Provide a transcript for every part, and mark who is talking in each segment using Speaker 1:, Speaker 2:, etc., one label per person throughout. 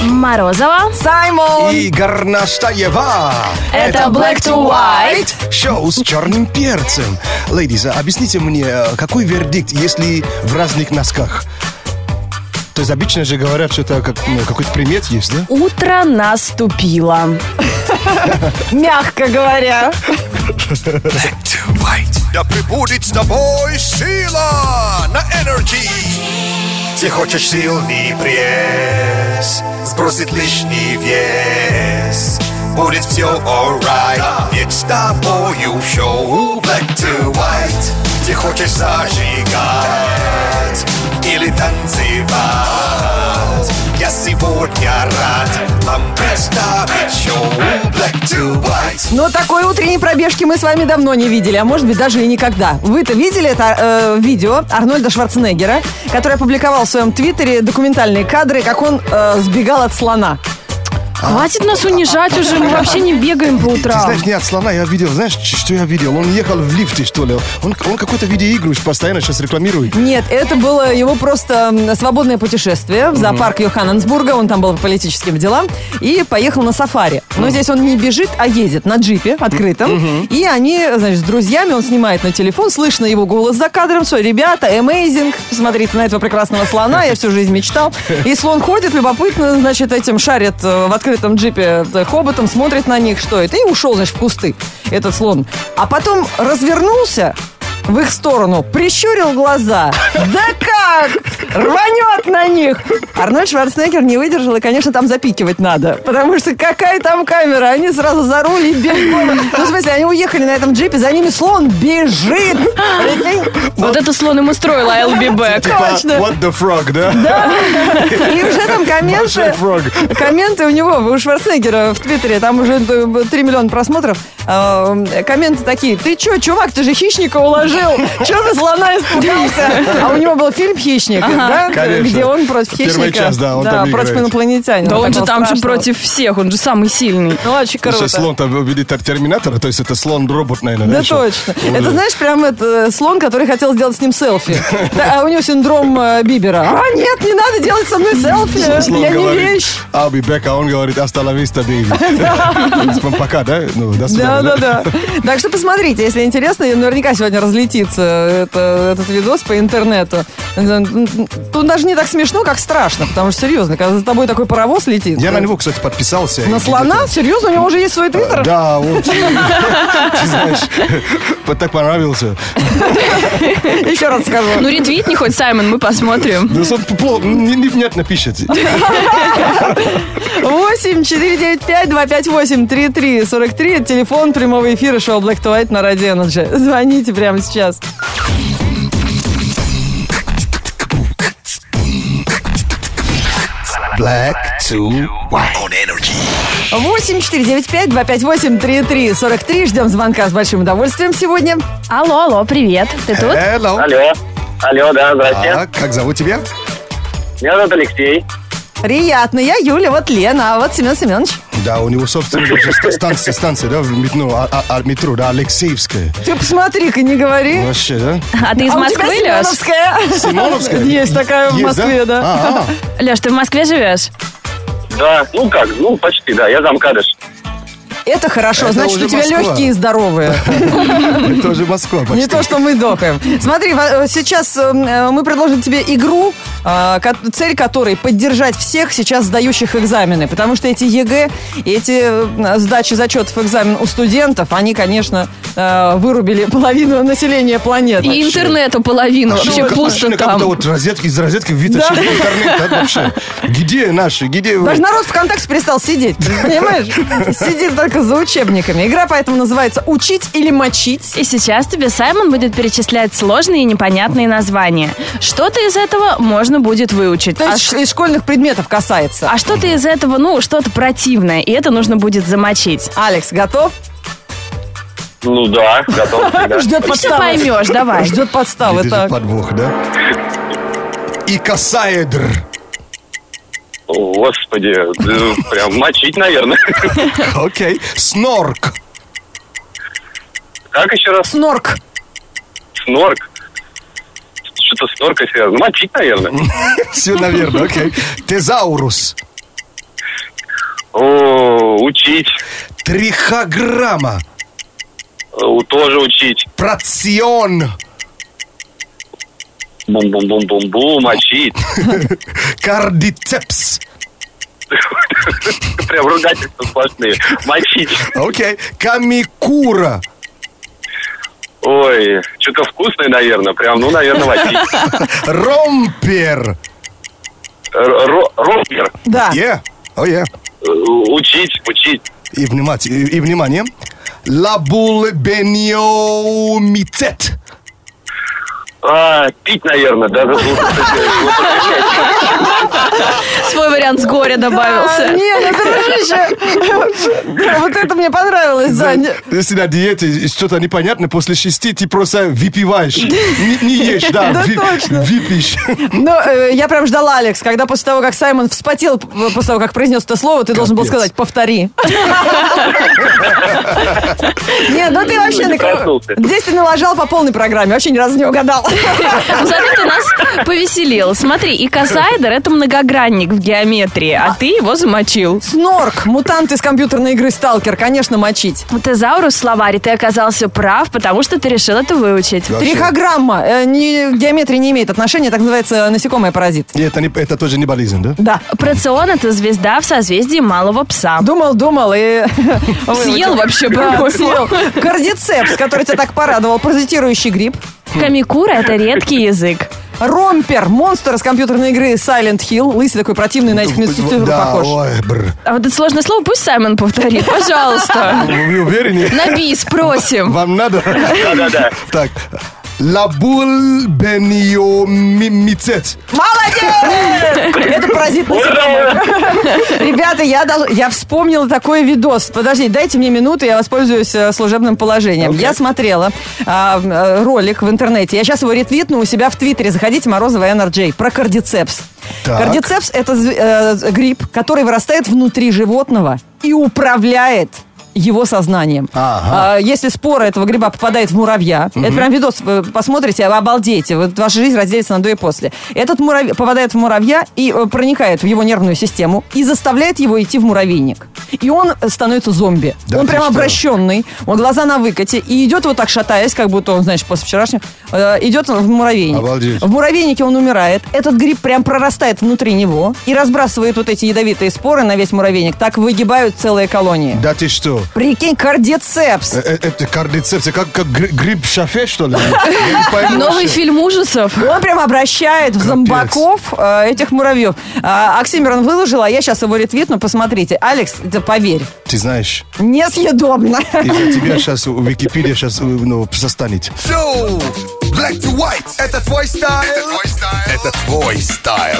Speaker 1: Морозова.
Speaker 2: Саймон!
Speaker 3: И Гарнаштаева.
Speaker 1: Это Black to White.
Speaker 3: Шоу с черным перцем. Лейдис, объясните мне, э, какой вердикт, если в разных носках? То есть обычно же говорят, что это как, ну, какой-то примет есть, да?
Speaker 1: Утро наступило.
Speaker 2: Мягко говоря.
Speaker 4: Да прибудет с тобой сила на энергии. Ты хочешь сильный пресс, сбросит лишний вес. Будет все alright, ведь с тобою в шоу Black to White. Ты хочешь зажигать или танцевать. Я сегодня рад вам представить шоу Black to White.
Speaker 2: Но такой утренней пробежки мы с вами давно не видели, а может быть даже и никогда. Вы-то видели это э, видео Арнольда Шварценеггера, который опубликовал в своем твиттере документальные кадры, как он э, сбегал от слона.
Speaker 1: Хватит нас унижать уже, мы вообще не бегаем по
Speaker 3: Ты
Speaker 1: утрам.
Speaker 3: знаешь, не от слона я видел, знаешь, ч- что я видел? Он ехал в лифте, что ли. Он, он какую-то видеоигру постоянно сейчас рекламирует.
Speaker 2: Нет, это было его просто м, свободное путешествие в зоопарк Йоханнесбурга. Он там был по политическим делам и поехал на сафари. Но здесь он не бежит, а едет на джипе открытом. И они, значит, с друзьями, он снимает на телефон, слышно его голос за кадром. Все, ребята, amazing, посмотрите на этого прекрасного слона, я всю жизнь мечтал. И слон ходит, любопытно, значит, этим шарит э, в открытом джипе э, хоботом, смотрит на них, что это, и ушел, значит, в кусты этот слон. А потом развернулся, в их сторону, прищурил глаза. Да как! Рванет на них! Арнольд Шварценеггер не выдержал, и, конечно, там запикивать надо. Потому что какая там камера? Они сразу за руль и бегом. Ну, в смысле, они уехали на этом джипе, за ними слон бежит! Прикинь?
Speaker 1: Вот это слон им устроил, а I'll be back.
Speaker 3: Типа,
Speaker 2: Точно.
Speaker 3: What the frog, да? Да.
Speaker 2: И уже там комменты...
Speaker 3: Frog.
Speaker 2: Комменты у него, у Шварценеггера в Твиттере, там уже э, 3 миллиона просмотров. Эм, Комменты такие, ты чё, чувак, ты же хищника уложил, чё ты слона испугался? А у него был фильм «Хищник», да?
Speaker 3: Конечно.
Speaker 2: Где он против
Speaker 3: Первый
Speaker 2: хищника.
Speaker 3: час, да, он там
Speaker 2: против
Speaker 3: играет.
Speaker 2: инопланетянина.
Speaker 1: Да он же
Speaker 2: Такого
Speaker 1: там же
Speaker 2: страшного.
Speaker 1: против всех, он же самый сильный.
Speaker 2: Ну, очень круто.
Speaker 3: слон там выглядит как терминатора, а то есть это слон-робот, наверное.
Speaker 2: Да
Speaker 3: еще?
Speaker 2: точно.
Speaker 3: Вот
Speaker 2: Это, знаешь, прям это, э, слон, который хотел сделать с ним селфи. Да, А у него синдром э, Бибера. А, нет, не надо делать со мной селфи.
Speaker 3: Слон
Speaker 2: Я не
Speaker 3: говорит,
Speaker 2: вещь.
Speaker 3: I'll be back, а он говорит, hasta la vista, baby. Типа, Пока, да? Ну, до свидания,
Speaker 2: Да, да, да. Так что посмотрите, если интересно, и наверняка сегодня разлетится это- этот видос по интернету. Тут даже не так смешно, как страшно, потому что серьезно, когда за тобой такой паровоз летит. э,
Speaker 3: Я на него, кстати, подписался.
Speaker 2: На
Speaker 3: И
Speaker 2: слона? Серьезно, у него уже есть свой твиттер?
Speaker 3: Да, вот. Ты знаешь, вот так понравился.
Speaker 2: Еще раз скажу.
Speaker 1: Ну, ретвитни хоть, Саймон, мы посмотрим.
Speaker 3: Ну, он плохо, не- невнятно пишет.
Speaker 2: 8 495 258 33 43 Это телефон прямого эфира шоу Black to White на радио Energy. Звоните прямо сейчас.
Speaker 4: Black to white. On energy.
Speaker 2: 8495-258-3343. Ждем звонка с большим удовольствием сегодня.
Speaker 1: Алло, алло, привет.
Speaker 3: Э,
Speaker 1: Ты тут?
Speaker 3: Hello.
Speaker 5: Алло. Алло, да, здрасте.
Speaker 3: Так, как зовут тебя?
Speaker 5: Меня зовут Алексей.
Speaker 2: Приятно. Я Юля, вот Лена, а вот Семен Семенович.
Speaker 3: Да, у него собственная даже ста- станция, станция, да, в мет- ну, а- а- а- метро, да, Алексеевская.
Speaker 2: Ты посмотри-ка, не говори.
Speaker 3: Вообще, да?
Speaker 1: А ты из
Speaker 2: А у
Speaker 1: Москвы,
Speaker 2: тебя
Speaker 1: Леш?
Speaker 2: Семеновская.
Speaker 3: Симоновская?
Speaker 2: Есть такая в Москве, да.
Speaker 3: Ага.
Speaker 1: Леш, ты в Москве живешь?
Speaker 5: Да, ну как, ну почти, да, я замкадыш.
Speaker 2: Это хорошо,
Speaker 3: Это
Speaker 2: значит,
Speaker 3: уже
Speaker 2: у тебя
Speaker 3: Москва.
Speaker 2: легкие и здоровые.
Speaker 3: Это уже Москва почти.
Speaker 2: Не то, что мы дохаем. Смотри, во- э, сейчас э, э, мы предложим тебе игру, э, ко- цель которой поддержать всех сейчас сдающих экзамены. Потому что эти ЕГЭ, эти э, сдачи зачетов экзамен у студентов, они, конечно, э, вырубили половину населения планеты.
Speaker 1: И интернету половину, вообще
Speaker 3: Машина-
Speaker 1: пусто
Speaker 3: машина
Speaker 1: там.
Speaker 3: как-то вот розетки, из розетки вытащили интернет, да, вообще. Где наши, где вы?
Speaker 2: Даже народ ВКонтакте перестал сидеть, понимаешь? Сидит только за учебниками. Игра поэтому называется «Учить или мочить».
Speaker 1: И сейчас тебе Саймон будет перечислять сложные и непонятные названия. Что-то из этого можно будет выучить.
Speaker 2: То
Speaker 1: а,
Speaker 2: есть
Speaker 1: ш-
Speaker 2: из школьных предметов касается.
Speaker 1: а что-то из этого, ну, что-то противное, и это нужно будет замочить.
Speaker 2: Алекс, готов?
Speaker 5: Ну да, готов. всегда.
Speaker 2: Ждет
Speaker 1: Ты
Speaker 2: подставы.
Speaker 1: поймешь, давай.
Speaker 2: Ждет подставы,
Speaker 3: Где же
Speaker 2: так.
Speaker 3: подвох, да? И косаэдр.
Speaker 5: О, Господи, э, прям мочить, наверное.
Speaker 3: Окей. Снорк.
Speaker 5: Как еще раз?
Speaker 2: Снорк.
Speaker 5: Снорк. Что-то с норкой связано. Мочить, наверное.
Speaker 3: Все, наверное, окей. Тезаурус.
Speaker 5: О, учить.
Speaker 3: Трихограмма.
Speaker 5: Э, Тоже учить.
Speaker 3: Процион.
Speaker 5: Бум-бум-бум-бум-бум, мочить.
Speaker 3: Кардицепс.
Speaker 5: Прям ругательства сплошные. Мочить.
Speaker 3: Окей. Камикура.
Speaker 5: Ой, что-то вкусное, наверное. Прям, ну, наверное, мочить.
Speaker 3: Ромпер.
Speaker 5: Р- ро- Рокер.
Speaker 2: Да.
Speaker 3: Е. О, е.
Speaker 5: Э, Учить, учить.
Speaker 3: И внимать- и- и внимание. Лабулбениомицет.
Speaker 5: А, пить, наверное, да, за
Speaker 1: Свой вариант с горя
Speaker 2: А,
Speaker 1: добавился.
Speaker 2: Нет, ну, дружище, вот это мне понравилось, Заня.
Speaker 3: Если на диете и что-то непонятное, после шести ты просто выпиваешь. Не, не ешь, да,
Speaker 2: Да
Speaker 3: ви-
Speaker 2: точно.
Speaker 3: выпьешь.
Speaker 2: Но э, я прям ждала, Алекс, когда после того, как Саймон вспотел, п- э, после того, как произнес это слово, ты должен был
Speaker 3: Капец.
Speaker 2: сказать «повтори». Нет, ну ты вообще...
Speaker 5: Не
Speaker 2: на-
Speaker 5: проснулся.
Speaker 2: Здесь ты налажал по полной программе, вообще ни разу не угадал.
Speaker 1: Ну, Зато ты нас повеселил. Смотри, и косайдер это многогранник в геометрии, а ты его замочил.
Speaker 2: Снорк, мутант из компьютерной игры «Сталкер», конечно, мочить.
Speaker 1: Тезаурус словарь, ты оказался прав, потому что ты решил это выучить.
Speaker 3: Да. Вообще.
Speaker 2: Трихограмма. э, не- Геометрия не имеет отношения, так называется э, насекомое-паразит.
Speaker 3: И это, не, это тоже не болезнь, да?
Speaker 2: Да.
Speaker 1: Процион это звезда в созвездии малого пса.
Speaker 2: Думал, думал и...
Speaker 1: Съел вообще, по-моему.
Speaker 2: Да, съел. Кардицепс, который тебя так порадовал, паразитирующий гриб.
Speaker 1: Камикура это редкий язык.
Speaker 2: Ромпер, монстр из компьютерной игры Silent Hill. Лысый такой противный, на этих медсестер
Speaker 3: да,
Speaker 2: похож.
Speaker 3: ой, бр.
Speaker 1: А вот это сложное слово пусть Саймон повторит, пожалуйста.
Speaker 3: Вы уверены?
Speaker 1: На бис просим.
Speaker 3: Вам надо?
Speaker 5: Да-да-да.
Speaker 3: Так. Лабулбениомицет.
Speaker 2: Молодец! Это паразит
Speaker 5: Ура!
Speaker 2: Ребята, я, дол- я вспомнила такой видос. Подожди, дайте мне минуту, я воспользуюсь э, служебным положением. Я смотрела а, э, ролик в интернете. Я сейчас его ретвитну у себя в Твиттере. Заходите, Морозова NRJ. Про кардицепс.
Speaker 3: Так.
Speaker 2: Кардицепс – это зв- э, гриб, который вырастает внутри животного и управляет его сознанием.
Speaker 3: Ага.
Speaker 2: А, Если спора этого гриба попадает в муравья, это прям видос, вы посмотрите, вы обалдеете, вот ваша жизнь разделится на до и после. Этот муравь попадает в муравья и э, проникает в его нервную систему и заставляет его идти в муравейник. И он становится зомби.
Speaker 3: Да
Speaker 2: он
Speaker 3: ты
Speaker 2: прям
Speaker 3: что?
Speaker 2: обращенный, он глаза на выкате и идет вот так шатаясь, как будто он, знаешь, после вчерашнего, э, идет в муравейник.
Speaker 3: Обалдеть.
Speaker 2: В муравейнике он умирает, этот гриб прям прорастает внутри него и разбрасывает вот эти ядовитые споры на весь муравейник. Так выгибают целые колонии.
Speaker 3: Да ты что?
Speaker 2: Прикинь, кардицепс.
Speaker 3: Э, э, Это кардицепс, как, как гри- гриб шафе, что ли? Я не пойму
Speaker 1: Новый
Speaker 3: вообще.
Speaker 1: фильм ужасов.
Speaker 3: Э,
Speaker 2: Он прям обращает в зомбаков э, этих муравьев. А, Оксимирон выложил, а я сейчас его ретвитну, посмотрите. Алекс, да поверь,
Speaker 3: Ты знаешь,
Speaker 2: несъедобно.
Speaker 3: из-за тебя сейчас Википедия сейчас ну, застанет.
Speaker 4: Шоу Black to White. Это твой стайл. Это твой стайл. Это твой стайл.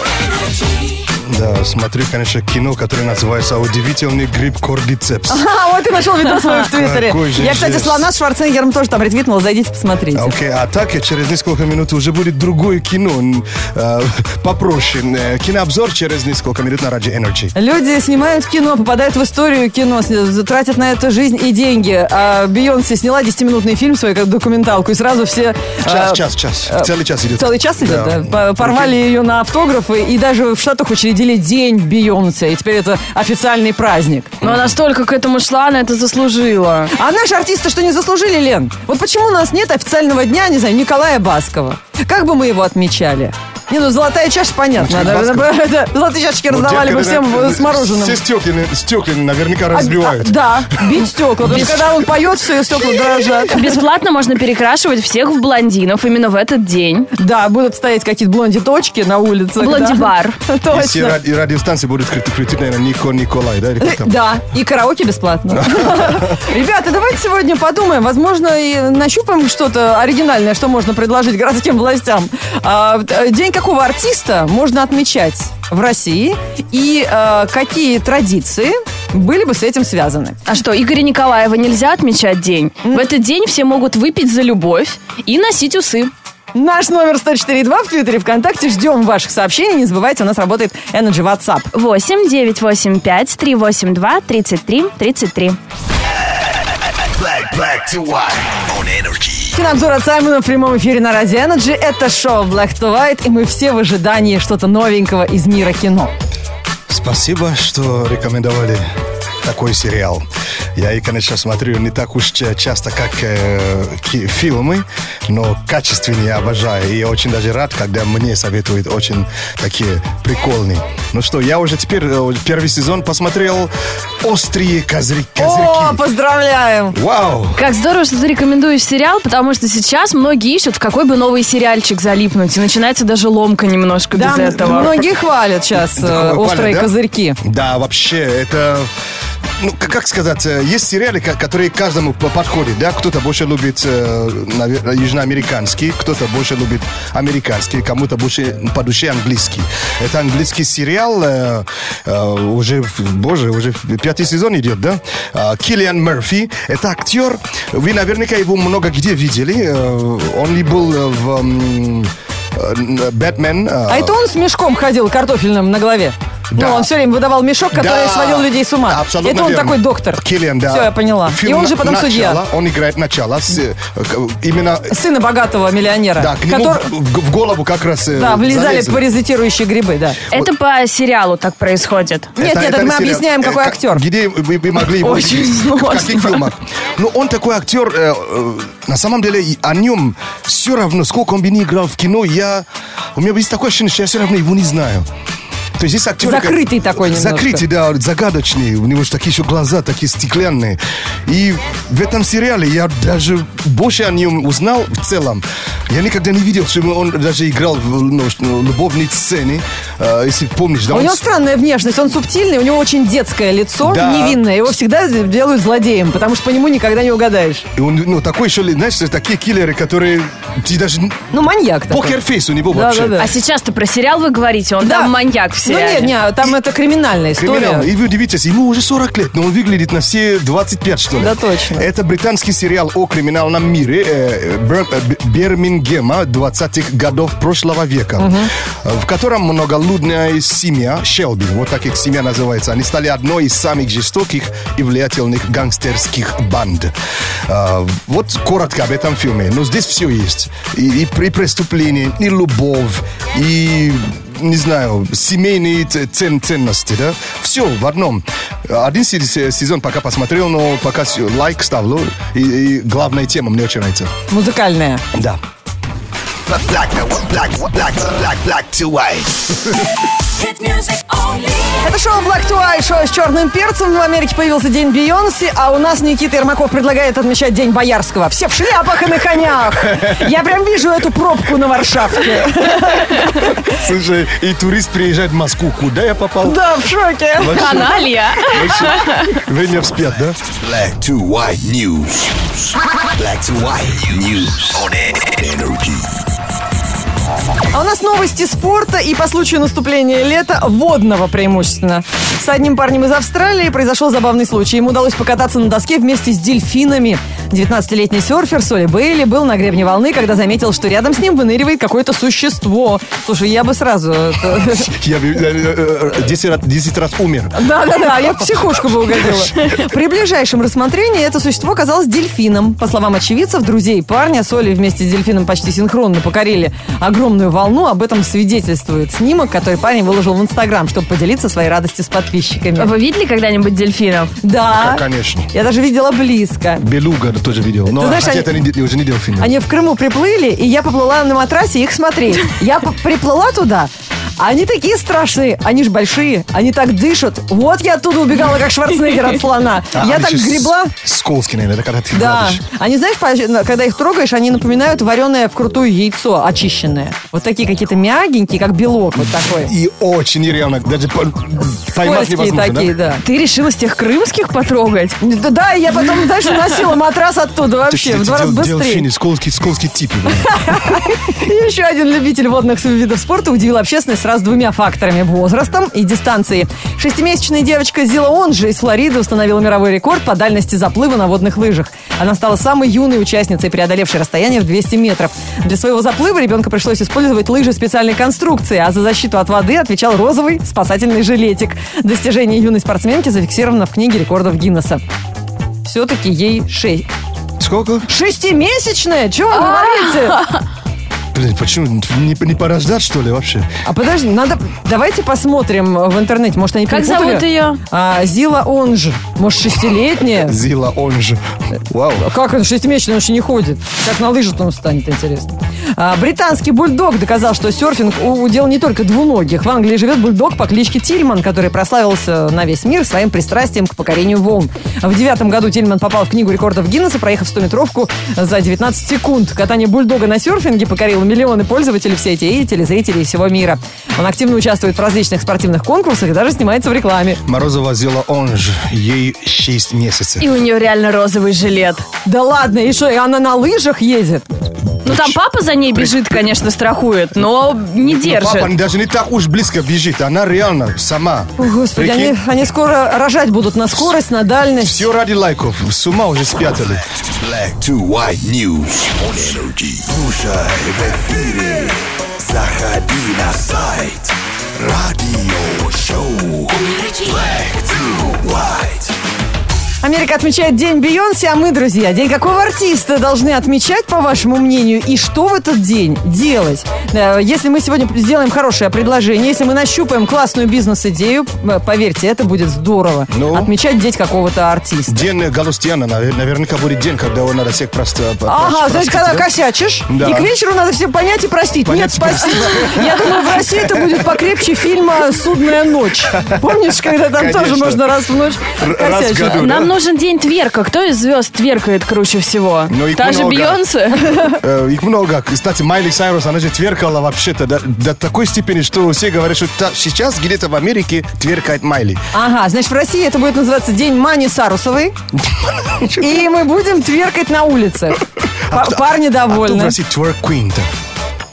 Speaker 3: Да, смотрю, конечно, кино, которое называется «Удивительный гриб кордицепс».
Speaker 2: А, вот и нашел видос свой в Твиттере.
Speaker 3: Какой же
Speaker 2: Я, кстати,
Speaker 3: жесть.
Speaker 2: слона с Шварценеггером тоже там ретвитнула, зайдите, посмотрите.
Speaker 3: Окей, а так через несколько минут уже будет другое кино, н- э, попроще. Э, Кинообзор через несколько минут на Радио Energy.
Speaker 2: Люди снимают кино, попадают в историю кино, с- э, тратят на это жизнь и деньги. А Бейонсе сняла 10-минутный фильм свой, как документалку, и сразу все...
Speaker 3: Час,
Speaker 2: а,
Speaker 3: час, час.
Speaker 2: э,
Speaker 3: Целый час идет.
Speaker 2: Целый час идет,
Speaker 3: Да.
Speaker 2: да. По- Порвали ее на автографы, и даже в Штатах учредили день Бейонсе, и теперь это официальный праздник.
Speaker 1: Но она столько к этому шла, она это заслужила.
Speaker 2: А наши артисты что не заслужили, Лен? Вот почему у нас нет официального дня, не знаю, Николая Баскова? Как бы мы его отмечали? Не, ну золотая чаша, понятно.
Speaker 3: Значит,
Speaker 2: да,
Speaker 3: Басков. Ну,
Speaker 2: да, да, Золотые чашечки раздавали бы всем э, с мороженым.
Speaker 3: Все стеклены, стеклены наверняка разбивают.
Speaker 2: А, Да, бить стекла. Потому что когда он поет, все стекла дрожат.
Speaker 1: Бесплатно можно перекрашивать всех в блондинов именно в этот день.
Speaker 2: Да, будут стоять какие-то блонди-точки на улице. да.
Speaker 1: Блонди-бар.
Speaker 3: И все
Speaker 2: Точно.
Speaker 3: ради- и радиостанции будут крутить, наверное, Нико Николай, да? или как там?
Speaker 2: Да, и караоке бесплатно. Ребята, давайте сегодня подумаем. Возможно, и нащупаем что-то оригинальное, что можно предложить городским властям. А, э, День какого артиста можно отмечать в России? И э, какие традиции были бы с этим связаны?
Speaker 1: А что, Игоря Николаева нельзя отмечать день? В этот день все могут выпить за любовь и носить усы.
Speaker 2: Наш номер 104.2 в Твиттере ВКонтакте. Ждем ваших сообщений. Не забывайте, у нас работает Energy WhatsApp.
Speaker 1: 8 985 382 33 33.
Speaker 4: Black, black to white. On energy.
Speaker 2: Кинообзор от Саймона в прямом эфире на Радио Energy. Это шоу Black to White, и мы все в ожидании что-то новенького из мира кино.
Speaker 3: Спасибо, что рекомендовали такой сериал. Я их, конечно, смотрю не так уж ча- часто, как э, ки- фильмы, но качественнее обожаю. И я очень даже рад, когда мне советуют очень такие прикольные. Ну что, я уже теперь э, первый сезон посмотрел «Острые козырь-
Speaker 2: О,
Speaker 3: козырьки».
Speaker 2: поздравляем!
Speaker 3: Вау!
Speaker 1: Как здорово, что ты рекомендуешь сериал, потому что сейчас многие ищут, в какой бы новый сериальчик залипнуть. И начинается даже ломка немножко
Speaker 2: Да,
Speaker 1: без этого.
Speaker 2: многие хвалят сейчас э,
Speaker 3: Такое
Speaker 2: острые
Speaker 3: палец, да?
Speaker 2: козырьки.
Speaker 3: Да, вообще, это... Ну, к- как сказать, э, есть сериалы, ко- которые каждому по- подходят, да, кто-то больше любит э, навер- южноамериканский, кто-то больше любит американский, кому-то больше по душе английский. Это английский сериал, э, э, уже, боже, уже пятый сезон идет, да? Э, Киллиан Мерфи, это актер, вы наверняка его много где видели, э, он и был э, в м, э, Бэтмен. э,
Speaker 2: А это он с мешком ходил картофельным на голове?
Speaker 3: Да.
Speaker 2: Ну, он все время выдавал мешок, который
Speaker 3: Да.
Speaker 2: сводил людей с ума.
Speaker 3: Абсолютно
Speaker 2: Это он
Speaker 3: верно.
Speaker 2: такой доктор.
Speaker 3: Киллиан, да.
Speaker 2: Все, я поняла. И
Speaker 3: Фильм
Speaker 2: он же потом
Speaker 3: «Начало»,
Speaker 2: судья.
Speaker 3: Он играет начало. с, э, к- именно
Speaker 2: Сына богатого миллионера.
Speaker 3: да, к нему
Speaker 2: который-
Speaker 3: в, в- в голову как раз э,
Speaker 2: Да, влезали
Speaker 3: залезли.
Speaker 2: паразитирующие грибы, да.
Speaker 1: Это по сериалу так происходит.
Speaker 2: Нет, нет,
Speaker 3: не
Speaker 2: это мы
Speaker 3: сериал.
Speaker 2: объясняем,
Speaker 3: Э,
Speaker 2: какой
Speaker 3: как-
Speaker 2: актер.
Speaker 3: Где вы, вы могли его
Speaker 1: Очень
Speaker 3: видеть? В каких
Speaker 1: сложно.
Speaker 3: фильмах? Ну, он такой актер. э, э, на самом деле, и о нем все равно, сколько он бы не играл в кино, я... У меня есть такое ощущение, что я все равно его не знаю. То есть здесь актер...
Speaker 2: Закрытый такой немножко.
Speaker 3: Закрытый, да, загадочный. У него же такие еще глаза, такие стеклянные. И в этом сериале я даже больше о нем узнал в целом. Я никогда не видел, что он даже играл в ну, любовной сцене. Э, если помнишь, да,
Speaker 2: У
Speaker 3: он
Speaker 2: него
Speaker 3: с-
Speaker 2: странная внешность, он субтильный, у него очень детское лицо,
Speaker 3: Да.
Speaker 2: невинное. Его всегда делают злодеем, потому что по нему никогда не угадаешь.
Speaker 3: И он, ну, такой еще, ли- знаешь, такие киллеры, которые... Ты даже...
Speaker 2: Ну, маньяк такой.
Speaker 3: Покерфейс у него
Speaker 2: Да,
Speaker 3: вообще.
Speaker 2: да, да.
Speaker 1: А сейчас-то про сериал вы говорите, он
Speaker 2: Да.
Speaker 1: там маньяк в
Speaker 2: Ну,
Speaker 1: сериале.
Speaker 2: нет, нет, там это криминальная
Speaker 3: Криминал.
Speaker 2: история.
Speaker 3: И вы удивитесь, ему уже 40 лет, но он выглядит на все 25, что ли.
Speaker 2: Да, точно.
Speaker 3: Это британский сериал о криминальном мире э, Бер- э, Б- Бирмингема 20-х годов прошлого века, э, в котором многолюдная семья Шелби, вот так их семья называется, они стали одной из самых жестоких и влиятельных гангстерских банд. Э, Вот коротко об этом фильме. Но здесь все есть. И, и при- преступление, и любовь, и не знаю, семейные ц- цен- ценности, да? Все в одном. Один се- се- сезон пока посмотрел, но пока с- лайк ставлю. И, и главная тема мне очень нравится.
Speaker 2: Музыкальная.
Speaker 3: Да.
Speaker 4: Black, black, black, black, black to white.
Speaker 6: Hit music only.
Speaker 2: Это шоу Black to White, шоу с черным перцем. В Америке появился день Бейонсе, а у нас Никита Ермаков предлагает отмечать день Боярского. Все в шляпах и на конях. Я прям вижу эту пробку на Варшавке.
Speaker 3: Слушай, и турист приезжает в Москву. Куда я попал?
Speaker 2: Да, в шоке.
Speaker 1: Она ли я?
Speaker 3: Вы меня вспят, да?
Speaker 4: Black to white news. Black to white news on energy.
Speaker 2: А у нас новости спорта и по случаю наступления лета водного преимущественно. С одним парнем из Австралии произошел забавный случай. Ему удалось покататься на доске вместе с дельфинами. 19-летний серфер Соли Бейли был на гребне волны, когда заметил, что рядом с ним выныривает какое-то существо. Слушай, я бы сразу... это-
Speaker 3: Я бы, э, э, 10 раз, 10 раз умер.
Speaker 2: Да-да-да, я в психушку бы угодила. При ближайшем рассмотрении это существо казалось дельфином. По словам очевидцев, друзей парня Соли вместе с дельфином почти синхронно покорили огромную волну. Об этом свидетельствует снимок, который парень выложил в Инстаграм, чтобы поделиться своей радостью с подписчиками.
Speaker 1: А Вы видели когда-нибудь дельфинов?
Speaker 2: Да,
Speaker 3: Конечно.
Speaker 2: я даже видела близко.
Speaker 3: Белуга тоже видел. Но
Speaker 2: Ты знаешь,
Speaker 3: хотя
Speaker 2: они-
Speaker 3: это не, де- уже не дельфин.
Speaker 2: Они в Крыму приплыли, и я поплыла на матрасе их смотреть. Я п- приплыла туда, а они такие страшные, они же большие, они так дышат. Вот я оттуда убегала, как Шварценеггер от слона.
Speaker 3: А,
Speaker 2: Я
Speaker 3: они
Speaker 2: так
Speaker 3: еще с-
Speaker 2: гребла.
Speaker 3: Сколки, наверное, это когда ты
Speaker 2: Да.
Speaker 3: грабишь.
Speaker 2: Они, знаешь, по- когда их трогаешь, они напоминают вареное вкрутую яйцо, очищенное. Вот такие какие-то мягенькие, как белок вот такой.
Speaker 3: И очень нереально. Даже по- поймать
Speaker 2: Скользкие
Speaker 3: невозможно,
Speaker 2: такие,
Speaker 3: да?
Speaker 2: да.
Speaker 1: Ты решила с тех крымских потрогать?
Speaker 2: Да, да, я потом дальше носила матрас оттуда вообще, в два раза быстрее.
Speaker 3: Дельфины, скользкий, скользкий тип.
Speaker 2: И еще один любитель водных видов спорта удивил общественность сразу двумя факторами – возрастом и дистанцией. Шестимесячная девочка Зила Онжи из Флориды установила мировой рекорд по дальности заплыва на водных лыжах. Она стала самой юной участницей, преодолевшей расстояние в 200 метров. Для своего заплыва ребенка пришлось использовать лыжи специальной конструкции, а за защиту от воды отвечал розовый спасательный жилетик. Достижение юной спортсменки зафиксировано в книге рекордов Гиннесса. Все-таки ей шесть.
Speaker 3: Сколько?
Speaker 2: Шестимесячная? Чего вы говорите?
Speaker 3: Блин, почему? Не, не порождать, что ли, вообще?
Speaker 2: А подожди, надо... Давайте посмотрим в интернете. Может, они
Speaker 1: Как
Speaker 2: перепутали?
Speaker 1: зовут ее?
Speaker 2: А, Зила Онж. Может, шестилетняя?
Speaker 3: Зила, он же. Вау.
Speaker 2: А Как он шестимесячный, он еще не ходит? Как на лыжах он станет, интересно. А, британский бульдог доказал, что серфинг у- удел не только двуногих. В Англии живет бульдог по кличке Тильман, который прославился на весь мир своим пристрастием к покорению волн. В девятом году Тильман попал в книгу рекордов Гиннесса, проехав 100-метровку за 19 секунд. Катание бульдога на серфинге покорило миллионы пользователей в сети и телезрителей всего мира. Он активно участвует в различных спортивных конкурсах и даже снимается в рекламе.
Speaker 3: Морозова Зила, он же. Ей 6 месяцев.
Speaker 1: И у нее реально розовый жилет.
Speaker 2: Да ладно, и что, и она на лыжах едет?
Speaker 1: Ну там папа за ней бежит, конечно, страхует, но не
Speaker 3: Ну,
Speaker 2: Ну,
Speaker 3: Папа
Speaker 1: держит.
Speaker 3: даже не так уж близко бежит. Она реально сама.
Speaker 2: О, Господи, они, они скоро рожать будут на скорость, на дальность.
Speaker 3: Все ради лайков. С ума уже спрятали.
Speaker 4: Black to white news on energy. Слушай в эфире. Заходи на сайт. Радио шоу. Black to white.
Speaker 2: Америка отмечает День Бейонсе, а мы, друзья, день какого артиста должны отмечать, по вашему мнению, и что в этот день делать? Э, Если мы сегодня сделаем хорошее предложение, если мы нащупаем классную бизнес-идею, э, поверьте, это будет здорово.
Speaker 3: Ну?
Speaker 2: Отмечать день какого-то артиста.
Speaker 3: День э, Галустьяна. навер- Наверняка будет день, когда он надо всех просто...
Speaker 2: Ага, значит, когда косячишь,
Speaker 3: Да.
Speaker 2: и к вечеру надо всем понять и простить.
Speaker 3: Понять и
Speaker 2: Нет, спасибо. Я думаю, в России это будет покрепче фильма «Судная ночь». Помнишь, когда там
Speaker 3: Конечно.
Speaker 2: тоже можно раз в ночь
Speaker 3: раз в
Speaker 2: косячить?
Speaker 3: году.
Speaker 1: Нам нужен день тверка. Кто из звезд тверкает круче всего?
Speaker 3: Ну, их
Speaker 1: Та же
Speaker 3: много.
Speaker 1: Бейонсе?
Speaker 3: Э, Их много. Кстати, Майли Сайрус, она же тверкала вообще-то до, до такой степени, что все говорят, что та- сейчас где-то в Америке тверкает Майли.
Speaker 2: Ага, значит, в России это будет называться День Мани Сарусовой. И мы будем тверкать на улице. Па- Парни
Speaker 3: А кто в
Speaker 2: довольны.
Speaker 3: России twerk queen-то?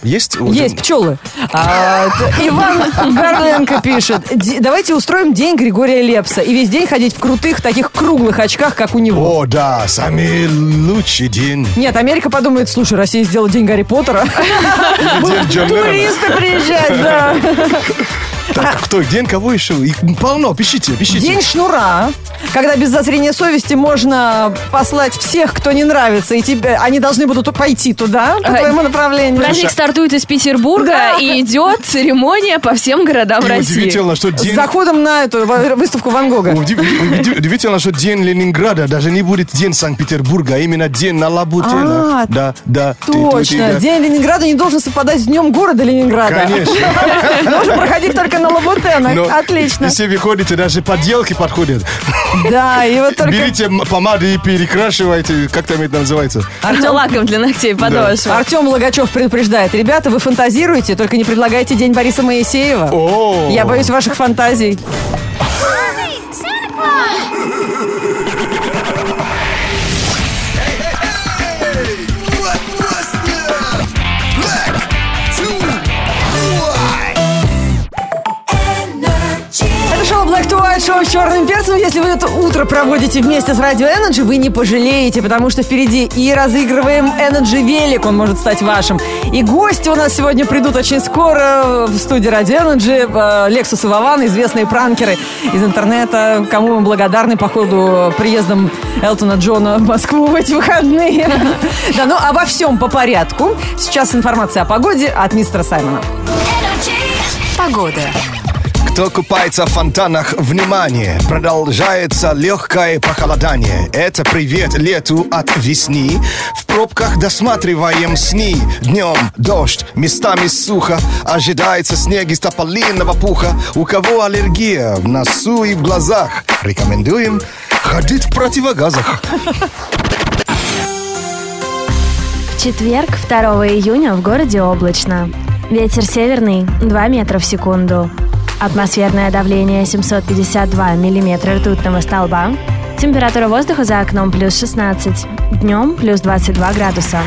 Speaker 3: Есть? вот
Speaker 2: Есть
Speaker 3: это?
Speaker 2: пчелы. А, т- Иван Горленко пишет. «Ди- Давайте устроим день Григория Лепса и весь день ходить в крутых таких круглых очках, как у него.
Speaker 3: О, да, самый лучший день.
Speaker 2: Нет, Америка подумает, слушай, Россия сделала день Гарри Поттера.
Speaker 3: День Джон Леннона.
Speaker 2: Туристы приезжают, да.
Speaker 3: Так, а кто, день кого еще? Их полно, пишите, пишите.
Speaker 2: День шнура, когда без зазрения совести можно послать всех, кто не нравится, и тебе, они должны будут пойти туда, по
Speaker 1: А,
Speaker 2: твоему направлению.
Speaker 1: Праздник стартует из Петербурга и идет церемония по всем городам
Speaker 3: И
Speaker 1: России.
Speaker 3: удивительно, что а
Speaker 2: С
Speaker 3: день...
Speaker 2: заходом на эту ва- выставку Ван Гога.
Speaker 3: удив- удив- Удивительно, что день Ленинграда даже не будет день Санкт-Петербурга, а именно день на Лабутена.
Speaker 2: А,
Speaker 3: да, да. ты- ты- ты-
Speaker 2: Точно.
Speaker 3: да.
Speaker 2: День Ленинграда не должен совпадать с днем города Ленинграда.
Speaker 3: Конечно.
Speaker 2: Должен проходить только на
Speaker 3: Но
Speaker 2: Лабутенах. Отлично.
Speaker 3: Если выходите, даже подделки подходят.
Speaker 2: Да, и вот только...
Speaker 3: Берите м- помады и перекрашивайте, как там это называется.
Speaker 2: А,
Speaker 1: Артем лаком для ногтей
Speaker 7: А
Speaker 1: подошва.
Speaker 2: Артем Логачев предупреждает. Ребята, вы фантазируете, только не предлагайте День Бориса Моисеева.
Speaker 3: О.
Speaker 2: Я боюсь ваших фантазий.
Speaker 4: Black to white.
Speaker 2: Это шоу Black to White, шоу с черным перцем. Если вы это утро проводите вместе с Радио Energy, вы не пожалеете, потому что впереди и разыгрываем Energy велик, он может стать вашим. И гости у нас сегодня придут очень скоро в студии Радио Energy. Э, Лексус и Вован, известные пранкеры из интернета, кому мы благодарны по ходу приездом Элтона Джона в Москву в эти выходные. Да, ну обо всем по порядку. Сейчас информация о погоде от мистера Саймона.
Speaker 3: Кто купается в фонтанах, внимание, продолжается легкое похолодание. Это привет лету от весны. В пробках досматриваем сны. Днем дождь, местами сухо. Ожидается снег из тополиного пуха. У кого аллергия в носу и в глазах, рекомендуем ходить в противогазах.
Speaker 7: В четверг, 2 июня, в городе облачно. Ветер северный 2 метра в секунду. Атмосферное давление 752 миллиметра ртутного столба. Температура воздуха за окном плюс 16. Днем плюс 22 градуса.